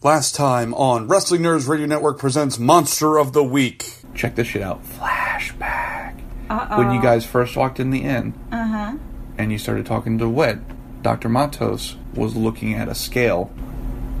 Last time on Wrestling Nerds Radio Network presents Monster of the Week. check this shit out. Flashback. When you guys first walked in the inn, Uh-huh. and you started talking to Wet, Dr. Matos was looking at a scale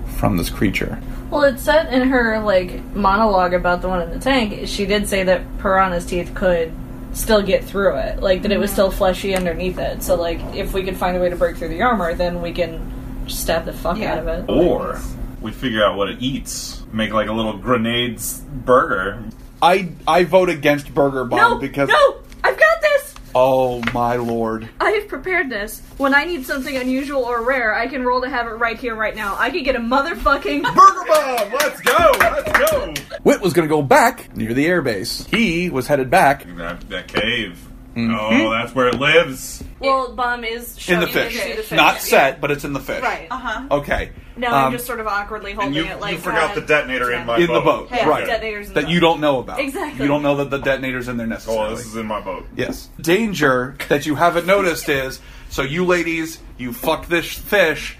from this creature. Well, it said in her like monologue about the one in the tank, she did say that piranha's teeth could still get through it, like that it was still fleshy underneath it. So like, if we could find a way to break through the armor, then we can stab the fuck Yeah. out of it. Oh, Or we figure out what it eats, make like a little grenades burger. I I vote against Burger Bomb no, because no, I've got this. oh my lord, I have prepared this. When I need something unusual or rare, I can roll to have it right here, right now. I could get a motherfucking. Burger bomb! Let's go! Let's go! Wit was gonna go back near the airbase. He was headed back. That, that cave. Oh, that's where it lives. well, bomb is In the shoving fish. into the fish. Not set, but it's in the fish. Right. Uh huh. Okay. Now Um, I'm just sort of awkwardly holding And you, it like uh, you forgot that. the detonator in my in boat. the boat. Yeah, right. detonators in that the you don't know about. Exactly. You don't know that the detonator's in there necessarily. Oh, this is in my boat. Yes. Danger that you haven't noticed is so you ladies, you fuck this fish,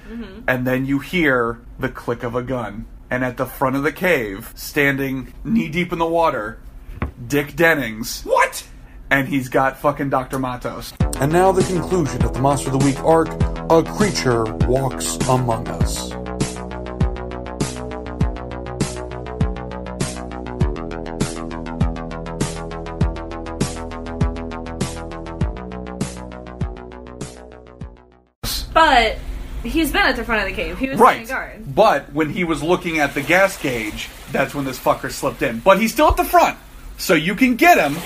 and then you hear the click of a gun. And at the front of the cave, standing knee deep in the water, Dick Dennings. What? And he's got fucking Dr. Matos. And now the conclusion of the Monster of the Week arc A Creature Walks Among Us. But he's been at the front of the cave. He was Right. right. guard. But when he was looking at the gas gauge, that's when this fucker slipped in. But he's still at the front. So you can get him.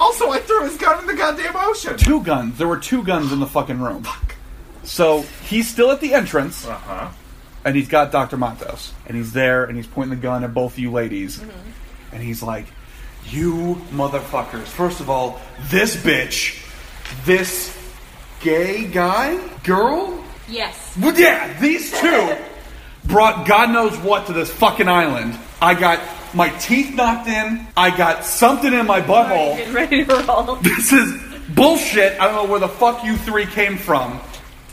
Also, I threw his gun in the goddamn ocean. Two guns. There were two guns in the fucking room. So he's still at the entrance. Uh huh. and he's got Dr. Matos, and he's there, and he's pointing the gun at both you ladies, and he's like, "You motherfuckers! First of all, this bitch, this gay guy, girl, Yes. well, yeah, these two brought God knows what to this fucking island. I got my teeth knocked in. I got something in my butthole." Get ready to roll. This is bullshit. I don't know where the fuck you three came from.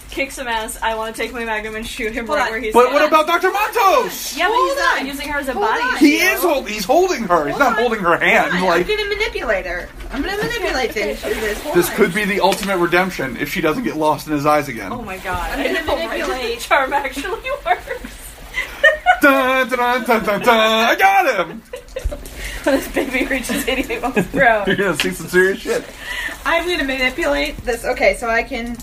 Kick some ass. I want to take my magnum and shoot him Hold right on. where he's But what at. about Dr. Matos? Yeah, but he's Hold not on. using her as a Hold body. Oh on. He you is know? holding. He's holding her. He's not holding her hand. Fine, like I'm gonna manipulate her. I'm gonna manipulate this. this. Hold This on. could be the ultimate redemption if she doesn't get lost in his eyes again. Oh my god. I'm gonna I know, right? manipulate. Charm actually works. Dun, dun, dun, dun, dun. I got him! this baby reaches 88 miles per hour. You're gonna see some serious shit. I'm gonna manipulate this. Okay, so I can.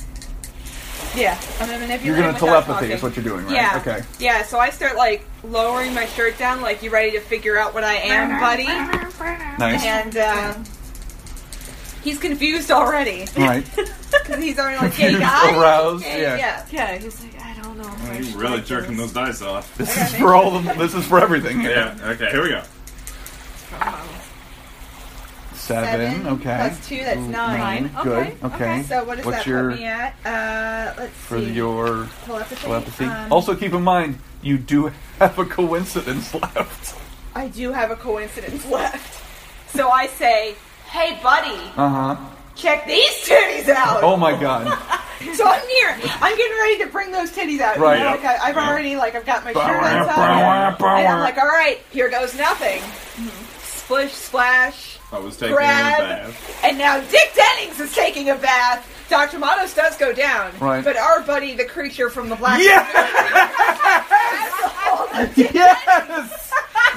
Yeah, I'm gonna manipulate. You're gonna without telepathy is talking. what you're doing, right? Yeah. Okay. Yeah. So I start like lowering my shirt down, like you ready to figure out what I am, buddy? Nice. And uh, he's confused already All right. because he's already like, "Hey, guy." Aroused. And, Yeah. Yeah, he's like, I don't know. if I You should really like jerking those dice off. This is for all the, this is for everything. Yeah, okay, here we go. Seven, okay. Plus two, that's Nine. nine. Good. Okay, Okay. So what does What's that your put me at? Uh, let's for see. your telepathy. telepathy? Oh. Um, also keep in mind you do have a coincidence left. I do have a coincidence left. So I say, hey buddy, Uh-huh. check these titties out. Oh my god. So I'm near. I'm getting ready to bring those titties out. Right. You know, like I, I've already like I've got my shirt on. Bower, top, And I'm like, all right, here goes nothing. Mm-hmm. Splish splash. I was taking Grab. a bath. And now Dick Dennings is taking a bath. Dr. Matos does go down. Right. But our buddy, the creature from the Black Yes! yes!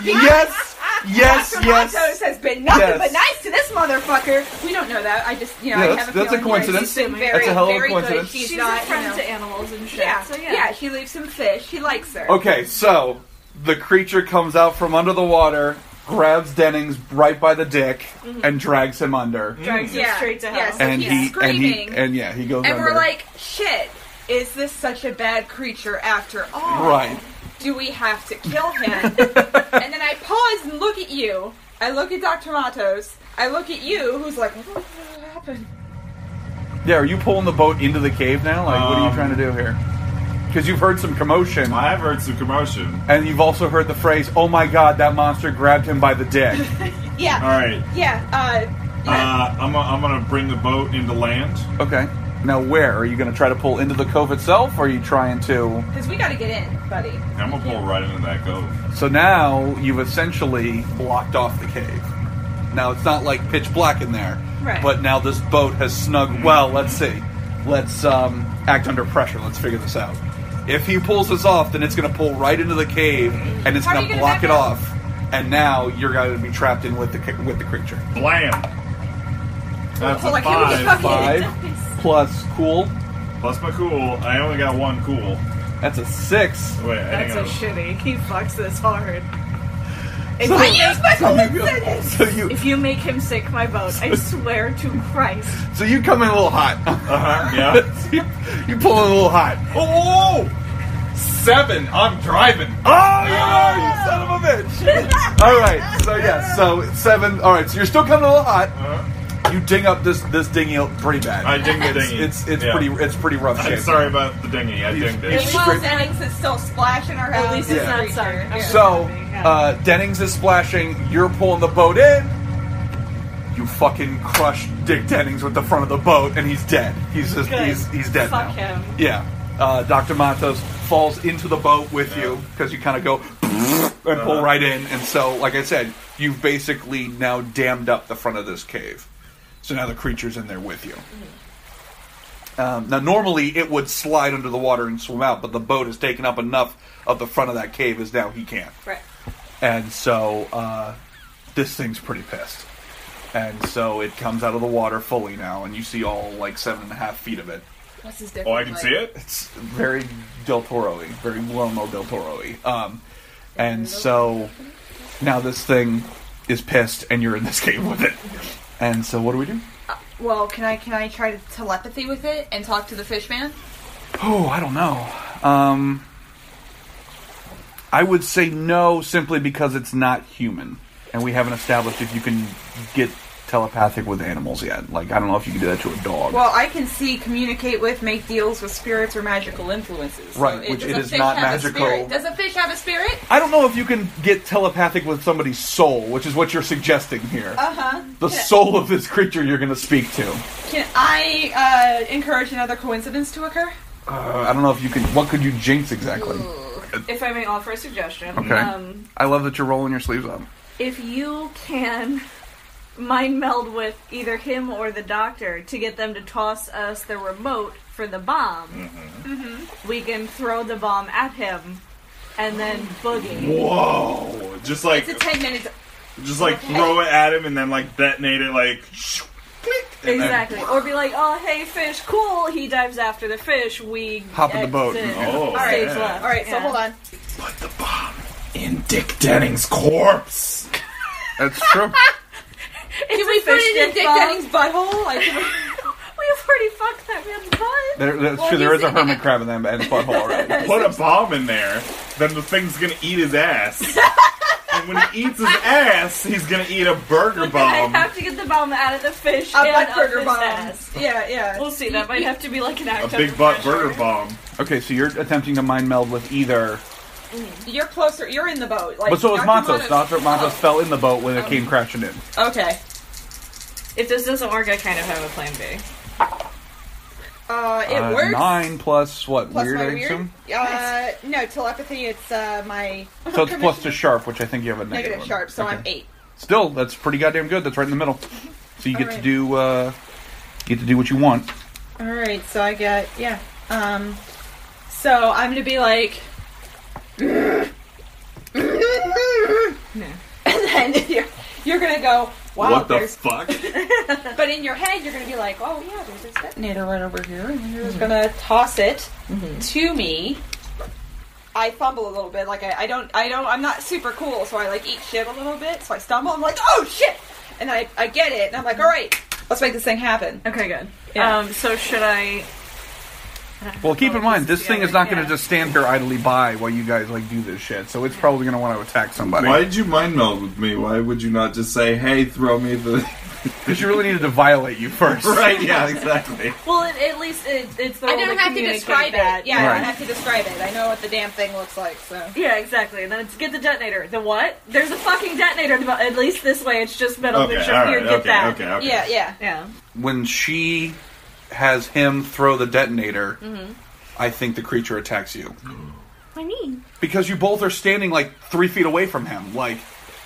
Yes! Yes, Dr. yes. Matos has been nothing Yes. but nice to this motherfucker. We don't know that. I just, you Yeah, know, I that's- have a that's a feeling here coincidence. She's been very, That's a hell of a very coincidence. Good. She's, She's not, a friend you know, to animals and shit. yeah, So yeah. yeah. she leaves some fish. He likes her. Okay, so the creature comes out from under the water, grabs Dennings right by the dick, and drags him under. Drags him Yeah, straight to hell. yeah, so and Mm-hmm. he's he and screaming. he and yeah, he goes And under. we're like, shit, is this such a bad creature after all? right. Do we have to kill him? and then I pause and look at you. I look at Dr. Matos. I look at you, who's like, what the hell happened? Yeah, are you pulling the boat into the cave now? Like, what are you Um, trying to do here? Because you've heard some commotion, I have heard some commotion. and you've also heard the phrase, "Oh my God, that monster grabbed him by the dick." Yeah, Alright, yeah, uh, uh, I'm, gonna- I'm gonna bring the boat into land. Okay. Now, where? Are you going to try to pull into the cove itself, or are you trying to. Because we gotta get in, buddy. I'm gonna pull right into that cove. So now you've essentially blocked off the cave. Now, it's not like pitch black in there. Right. But now this boat has snug. Well, let's see. Let's um, act under pressure. Let's figure this out. If he pulls this off, then it's going to pull right into the cave, and it's How are going you to gonna block back it up? off. And now you're going to be trapped in with the c- with the creature. Blam! That's a Well, Oh, like, here we five. go. Five plus cool. Plus my cool. I only got one cool. That's a six. Wait, That's hang a on. shitty. He fucks this hard. If, So- I Yes, my So you, coincidence! go- so you if you make him sink my boat, I swear to Christ. so you come in a little hot. Uh-huh, yeah. you, you pull in a little hot. Oh, whoa! Seven. I'm driving. Oh, you are, you son of a bitch! all right, so yeah, so seven. All right, so you're still coming a little hot. You ding up this this dinghy pretty bad. Uh-huh. I dinged the it's dinghy. it's, it's Yeah. pretty it's pretty rough I'm shape. sorry about the dinghy. I dinged You- it. you- Meanwhile, Zenix is still splashing around. At least it's Yeah. not sunk. I'm So yeah. uh, Dennings is splashing. You're pulling the boat in. You fucking crush Dick Dennings with the front of the boat, and he's dead. He's just Good. he's he's dead Fuck now. him. Yeah. Uh, Dr. Matos falls into the boat with you because you kind of go and pull right in. And so, like I said, you've basically now dammed up the front of this cave. So now the creature's in there with you. Um, now, normally it would slide under the water and swim out, but the boat has taken up enough of the front of that cave as now he can't. Right. And so uh, this thing's pretty pissed. And so it comes out of the water fully now, and you see all like seven and a half feet of it. What's his Oh, I can see it? It's very Del Toro-y, very Guillermo Del Toro-y. Um, and so now this thing is pissed, and you're in this cave with it. And so what do we do? Well, can I can I try to telepathy with it and talk to the fish man? Oh, I don't know. Um, I would say no, simply because it's not human, and we haven't established if you can get telepathic with animals yet. Like I don't know if you can do that to a dog. Well, I can see, communicate with, make deals with spirits or magical influences. So Right, which does it a is fish not have a magical. spirit? Does a fish have a spirit? I don't know if you can get telepathic with somebody's soul, which is what you're suggesting here. Uh huh. the soul of this creature you're going to speak to. Can I uh, encourage another coincidence to occur? Uh, I don't know if you can. What could you jinx exactly? if I may offer a suggestion, Okay. um, I love that you're rolling your sleeves up. if you can mind meld with either him or the doctor to get them to toss us the remote for the bomb, Mm-hmm. we can throw the bomb at him and then boogie. Whoa! Just like, It's a ten minutes. just like throw it at him and then like detonate it like, shoo, click. and then- Exactly. Or be like, oh, hey, fish, cool. He dives after the fish. We Hop in the boat. exit Oh, stage yeah. left. All right, so Yeah. hold on. Put the bomb in Dick Denning's corpse. That's true. It's Can we a put fish it in dick Dick bomb. Denning's butthole? Like, We've already fucked that man's butt. there, that's Well, true. There you is a see- hermit crab in that man's butthole already. Put a bomb in there, then the thing's gonna eat his ass. and when he eats his ass, he's gonna eat a burger But then bomb. I have to get the bomb out of the fish a and butt up burger his bomb. ass. Yeah, yeah. We'll see. That might have to be like an act A of big butt burger pressure. bomb. Okay, so you're attempting to mind meld with either. You're closer. You're in the boat. Like, But so was Dr. Matos. Dr. Matos Oh, fell in the boat when it came crashing in. Okay. If this doesn't work, I kind of have a plan B. Uh, it Uh, works. Nine plus what? Plus weird, my I weird. assume? Uh, no telepathy. It's uh, my So it's plus to sharp, which I think you have a negative. negative one. sharp, so I'm Okay. eight. Still, that's pretty goddamn good. That's right in the middle. So you get to Alright. do uh, you get to do what you want. All right, so I got yeah. Um, so I'm gonna be like, and then you're, you're gonna go, wow, what the there's. fuck? but in your head, you're gonna be like, oh yeah, there's this detonator right over here, Mm-hmm. and you're just gonna toss it to me. I fumble a little bit, like I, I don't, I don't, I'm not super cool, so I like eat shit a little bit, so I stumble. I'm like, oh shit, and I, I get it, and I'm like, all right, let's make this thing happen. Okay, good. Yeah. Um, so should I? Well, keep in mind this Yeah, thing is not going yeah. to just stand here idly by while you guys like do this shit. So it's probably going to want to attack somebody. Why did you mind meld with me? Why would you not just say, hey, throw me the. Because you really needed to violate you first. right, yeah, exactly. Well, it, at least it, it's the. I role don't that have to communicate describe that. it. Yeah, I Right. don't have to describe it. I know what the damn thing looks like, so. Yeah, exactly. And then it's get the detonator. The what? There's a fucking detonator. in the bo- At least this way, it's just metal. Okay, picture. all Here, right, get okay, that. okay, okay. Yeah, yeah. Yeah. When she has him throw the detonator, I think the creature attacks you. I mean, Because you both are standing like three feet away from him. Like,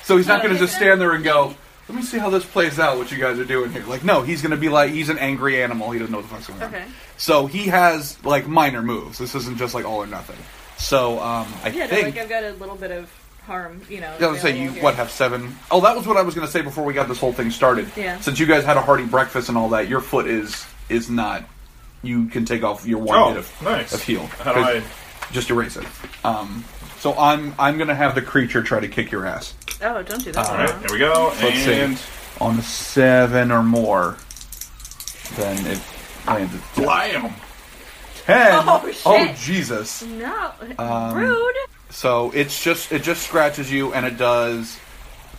so he's not going to just stand there and go, let me see how this plays out, what you guys are doing here. Like, no, he's going to be like, he's an angry animal. He doesn't know what the fuck's going on. Okay. So he has like minor moves. This isn't just like all or nothing. So um, I yeah, no, think. like I've got a little bit of harm, you know. Yeah, I was gonna say you available here. what have seven oh that was what I was gonna say before we got this whole thing started. Yeah. Since you guys had a hearty breakfast and all that, your foot is is not. You can take off your one Oh, hit of, nice. of heal. How do I? Just erase it. Um, so I'm I'm gonna have the creature try to kick your ass Oh, don't do that. All right, there we go. Let's see. and on a seven or more. Then it landed blam. ten. Oh, shit. oh Jesus! No, Um, rude. So it's just it just scratches you and it does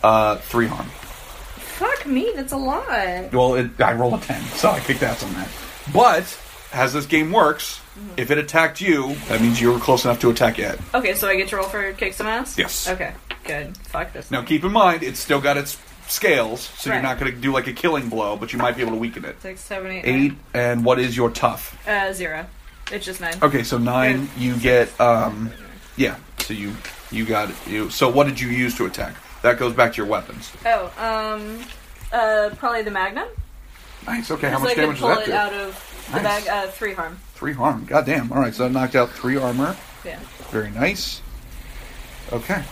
uh, three harm. Fuck me, that's a lot. Well, it, I roll a 10, so I kicked ass on that. But, as this game works, if it attacked you, that means you were close enough to attack it. Okay, so I get to roll for kick some ass. Yes. Okay, good. Fuck this. Now, keep in mind, it's still got its scales, so you're Right. not going to do like a killing blow, but you might be able to weaken it. Six, seven, eight, Eight, and what is your tough? nine. Uh, zero. It's just nine. Okay, so nine, you get, um, yeah, so you, you got it. You, so what did you use to attack? That goes back to your weapons. Oh, um, uh, probably the magnum. Nice, okay, how so I much could damage does pull that it do? out of the Nice. bag. Uh, three harm. Three harm, goddamn. Alright, so I knocked out three armor. Yeah. Very nice. Okay.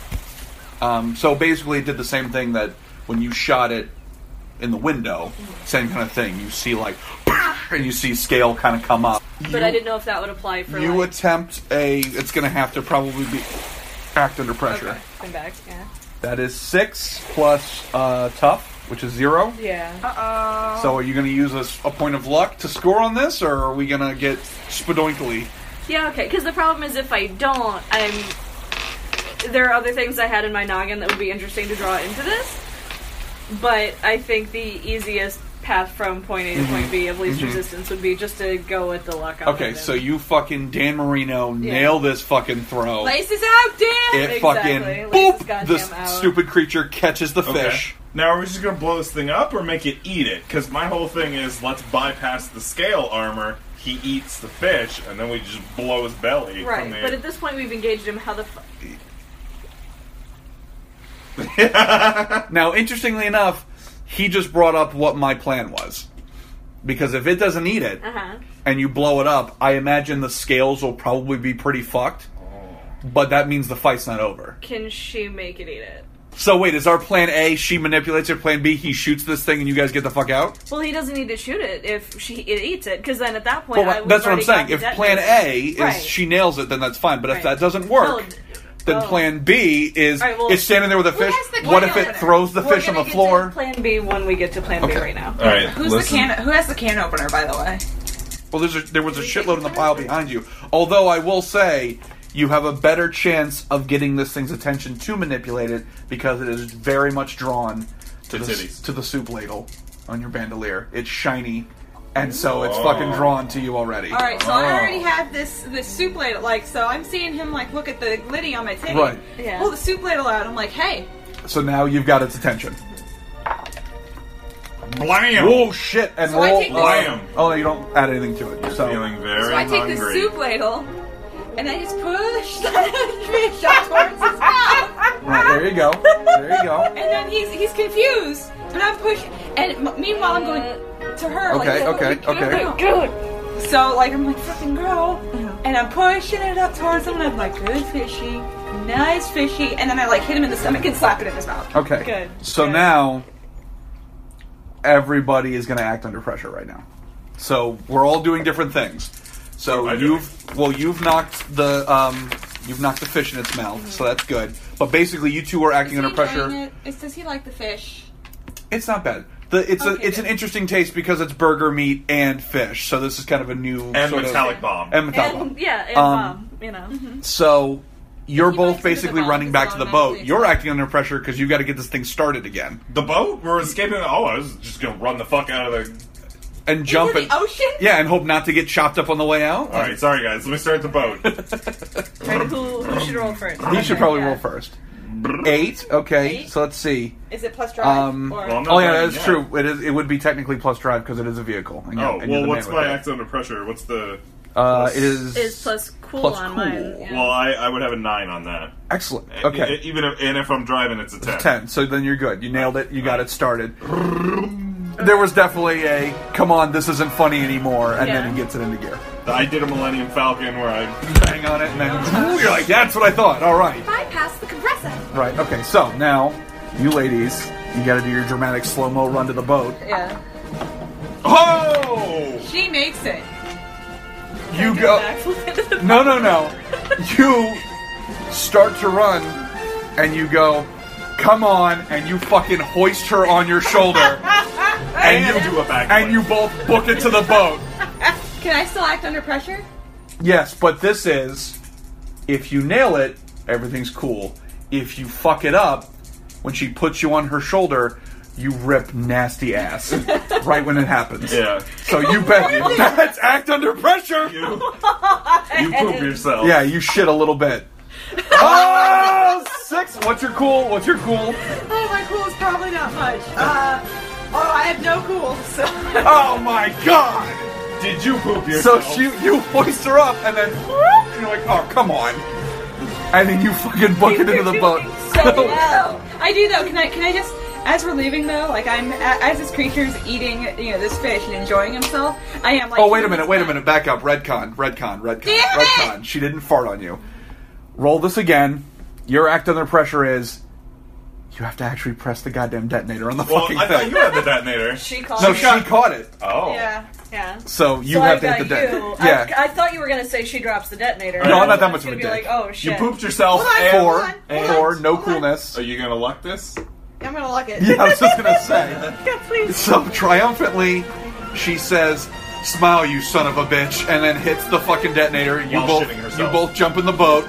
Um, so basically, it did the same thing that when you shot it in the window, same kind of thing. You see like, and you see scale kind of come up. But I didn't know if that would apply for You like, attempt a. It's going to have to probably be act under pressure. okay, and back. Yeah. That is six plus uh, tough, which is zero. Yeah. Oh. So are you going to use a, s- a point of luck to score on this, or are we going to get spadoinkly? Yeah, okay. Because the problem is, if I don't, I'm. There are other things I had in my noggin that would be interesting to draw into this. But I think the easiest path from point A to point B of least resistance would be just to go with the luck. on Mm-hmm. Okay, it. so you fucking Dan Marino Yeah. nail this fucking throw. Lace is out, damn! It Exactly. fucking Lays his boop. goddamn This out. stupid creature catches the Okay. fish. Now are we just gonna blow this thing up or make it eat it? Because my whole thing is let's bypass the scale armor. He eats the fish, and then we just blow his belly. Right, From the... but at this point we've engaged him. How the fu- Now, interestingly enough, he just brought up what my plan was. Because if it doesn't eat it uh-huh. and you blow it up, I imagine the scales will probably be pretty fucked. But that means the fight's not over. can she make it eat it? So wait, is our plan A she manipulates her plan B, he shoots this thing and you guys get the fuck out? Well, he doesn't need to shoot it if she it eats it, because then at that point Well, I would that's what I'm already saying. gotten If that plan damage. A is Right. she nails it, then that's fine. But if Right. that doesn't work, No, then oh. plan B is Alright, well- it's standing there with a fish. that's the what if caveat. it throws the We're fish on gonna the get to floor? Plan B when we get to Plan B Okay. right now. All right. Who's listen. the can? Who has the can opener, by the way? Well, there's a, there was a shitload in the pile behind you. Although I will say, you have a better chance of getting this thing's attention to manipulate it because it is very much drawn to To the titties. to the soup ladle on your bandolier. It's shiny, and so it's Ooh. fucking drawn to you already. All right, so Oh. I already have this this soup ladle. Like, so I'm seeing him like look at the glitty on my titty. Right. Yeah. Pull the soup ladle out. I'm like, hey, So now you've got its attention. Blam. Oh shit! And So I roll. take this- Blam. Oh no, you don't add anything to it. So Feeling very so I take hungry. the soup ladle and I just push the fish up towards his mouth. Right, there you go. There you go. And then he's he's confused, but I'm pushing. And m- meanwhile, I'm going to her. like, Okay, "Yo, okay, you can't okay. go." So like I'm like fucking girl, and I'm pushing it up towards him, and I'm like, good fishy, nice fishy, and then I like hit him in the stomach and slap it in his mouth. Okay. Good. So Good. now everybody is going to act under pressure right now. So we're all doing different things. So What am I you've well you've knocked the um you've knocked the fish in its mouth, so that's good. But basically you two are acting Mm-hmm. Is he under pressure. enjoying it? Is- does he like the fish? It's not bad. The, it's Okay, a, it's good. an interesting taste because it's burger meat and fish. So this is kind of a new And sort of- metallic bomb. and metallic bomb. And yeah, and Um, mom, you know. So you're He likes both it with the basically bomb, running it's back to the boat. automatically You're attacked. acting under pressure because you've got to get this thing started again the boat? We're escaping. Oh, I was just gonna run the fuck out of the. and jump Into and the ocean. yeah, and hope not to get chopped up on the way out. All right, sorry guys. Let me start the boat. Mhm. Right, who, who should roll first? Um, He should probably roll first. Eight. Okay, Eight? so let's see. Is it plus drive? Um, or Well, I'm not Oh yeah, driving that's yet. true. It is. It would be technically plus drive because it is a vehicle. And you're- Oh, and you're well, the what's man my with act under pressure? What's the. it. Uh, plus- it is. Is plus cool Plus on cool. mine. yeah. Well, I, I would have a 9 on that. excellent. E- Okay, e- even if, and if I'm driving, it's a 10. ten. So then you're good. You nailed it. You got it started. There was definitely a come on, this isn't funny anymore, and then Yeah. it gets it into gear. I did a Millennium Falcon where I. Bang on it, and then you're like, that's what I thought. All right. bypass the compressor. Right. Okay. So now, you ladies, you got to do your dramatic slow mo run to the boat. Yeah. Oh! She makes it. You go. No, no, no. You start to run, and you go, come on, and you fucking hoist her on your shoulder, And and you you do a backflip. and you both book it to the boat. Can I still act under pressure? Yes, but this is if you nail it, everything's cool. If you fuck it up, when she puts you on her shoulder, you rip nasty ass right when it happens. Yeah. So you bet that's act under pressure. You, you poop yourself. Yeah, you shit a little bit. oh, six. What's your cool? What's your cool? Oh, my cool is probably not much. Uh, oh, I have no cool, so. Oh my god! Did you poop So yourself? she, you hoist her up, and then and you're like, oh come on, and then you fucking buck it into the boat. So well. I do though. Can I? Can I just? As we're leaving though, like I'm a- as this creature's eating, you know, this fish and enjoying himself. I am like. Oh wait a minute, wait a minute, back up. Redcon, redcon, redcon, Damn it! redcon. She didn't fart on you. Roll this again. Your act under pressure is you have to actually press the goddamn detonator on the Well, fucking I thought thing. you had the detonator. She calls. no, me. she caught it. Oh. Yeah. Yeah. So you So have I've to hit got the you. detonator. Yeah. I, I thought you were gonna say she drops the detonator. No, I'm not that I was much of gonna a be dick. Like, oh You shit. pooped yourself Hold on, and. hold Four, on, and hold four, on, no hold on. coolness. Are you gonna luck this? I'm gonna lock it. Yeah, I was just gonna say. God, please. So triumphantly, she says, "Smile, you son of a bitch," and then hits the fucking detonator. You While both, shitting herself. you both jump in the boat,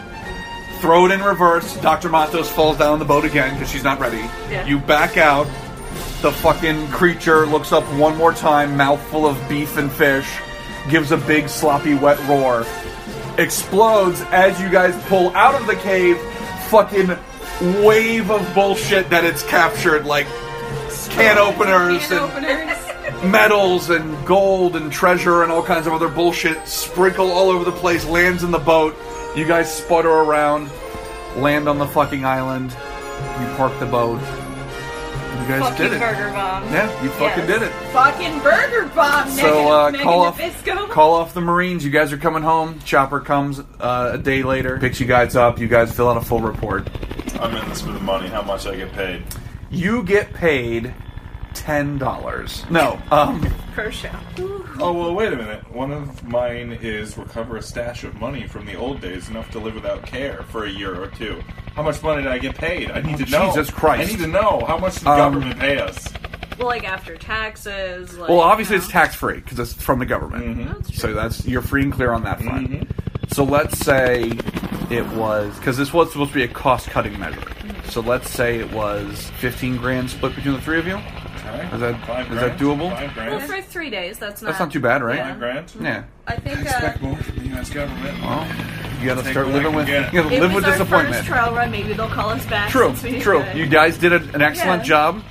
throw it in reverse. Doctor Matos falls down in the boat again because she's not ready. Yeah. You back out. The fucking creature looks up one more time, mouthful of beef and fish, gives a big sloppy wet roar, explodes as you guys pull out of the cave. Fucking wave of bullshit that it's captured like can openers Can and openers. metals and gold and treasure and all kinds of other bullshit sprinkle all over the place, lands in the boat. You guys sputter around, land on the fucking island. You park the boat. You guys Fucking did it. burger bomb. Yeah, you Yes. fucking did it. Fucking burger bomb. So uh, Megan, call off, Megan Nabisco. call off the Marines. You guys are coming home. Chopper comes uh, a day later, picks you guys up. You guys fill out a full report. I'm in this for the money. How much I get paid? You get paid ten dollars. No, um, Pro show. Oh well, wait a minute. One of mine is recover a stash of money from the old days, enough to live without care for a year or two. How much money did I get paid? I need to know. Oh, Jesus Christ. I need to know how much did the Um, government pay us. Well, like after taxes. Like, well, obviously it's tax. tax free because it's from the government. Mm-hmm. That's true. So that's you're free and clear on that front. So let's say it was because this was supposed to be a cost cutting measure. Mm-hmm. So let's say it was fifteen grand split between the three of you. Okay. Is that- Five is that grand? doable? Five Well, grand. for three days, that's not. That's Uh, not too bad, right? Five grand. Yeah. I think. Uh, Expect more from the U.S. government. Well, you gotta Take start what I living can with you get. gotta It live with was our disappointment. First trial run. Maybe they'll call us back. True, since we did true. good. You guys did a- an excellent Yeah. job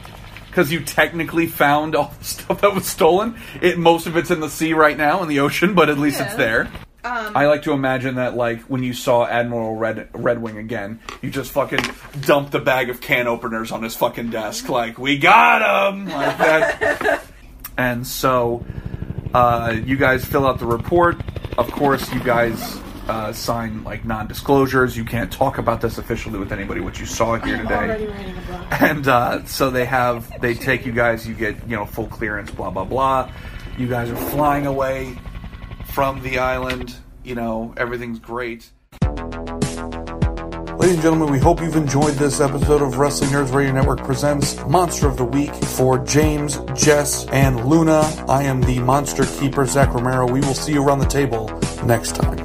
because you technically found all the stuff that was stolen. It most of it's in the sea right now in the ocean, but at least it's Yeah. there. Um, I like to imagine that, like when you saw Admiral Red Redwing again, you just fucking dumped a bag of can openers on his fucking desk, Mm-hmm. like we got him, like that. and so, uh, you guys fill out the report. Of course, you guys uh, sign like non-disclosures. You can't talk about this officially with anybody. What you saw here today and uh, so they have they take you guys you get you know full clearance blah blah blah you guys are flying away from the island you know everything's great Ladies and gentlemen, we hope you've enjoyed this episode of Wrestling Nerds Radio Network Presents Monster of the Week. For James, Jess, and Luna, I am the Monster Keeper, Zach Romero. We will see you around the table next time.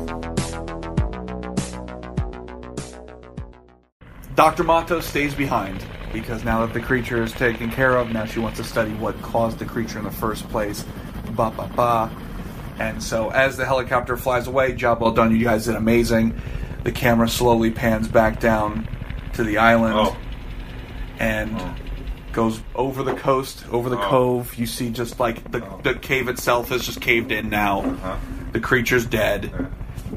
dr mato stays behind because now that the creature is taken care of now she wants to study what caused the creature in the first place ba ba ba and so as the helicopter flies away job well done you guys did amazing the camera slowly pans back down to the island Oh, and goes over the coast, over the Oh. cove. You see just like the, the cave itself is just caved in now. huh? The creature's dead. Uh-huh.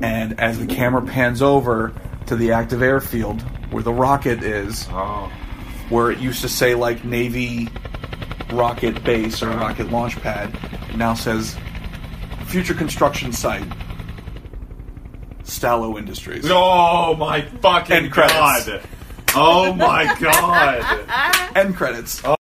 Yeah. And as the camera pans over to the active airfield where the rocket is, Oh, where it used to say like Navy rocket base or rocket launch pad, it now says future construction site. Stallo Industries. oh my fucking End credits. god! Oh my god! Oh. End credits.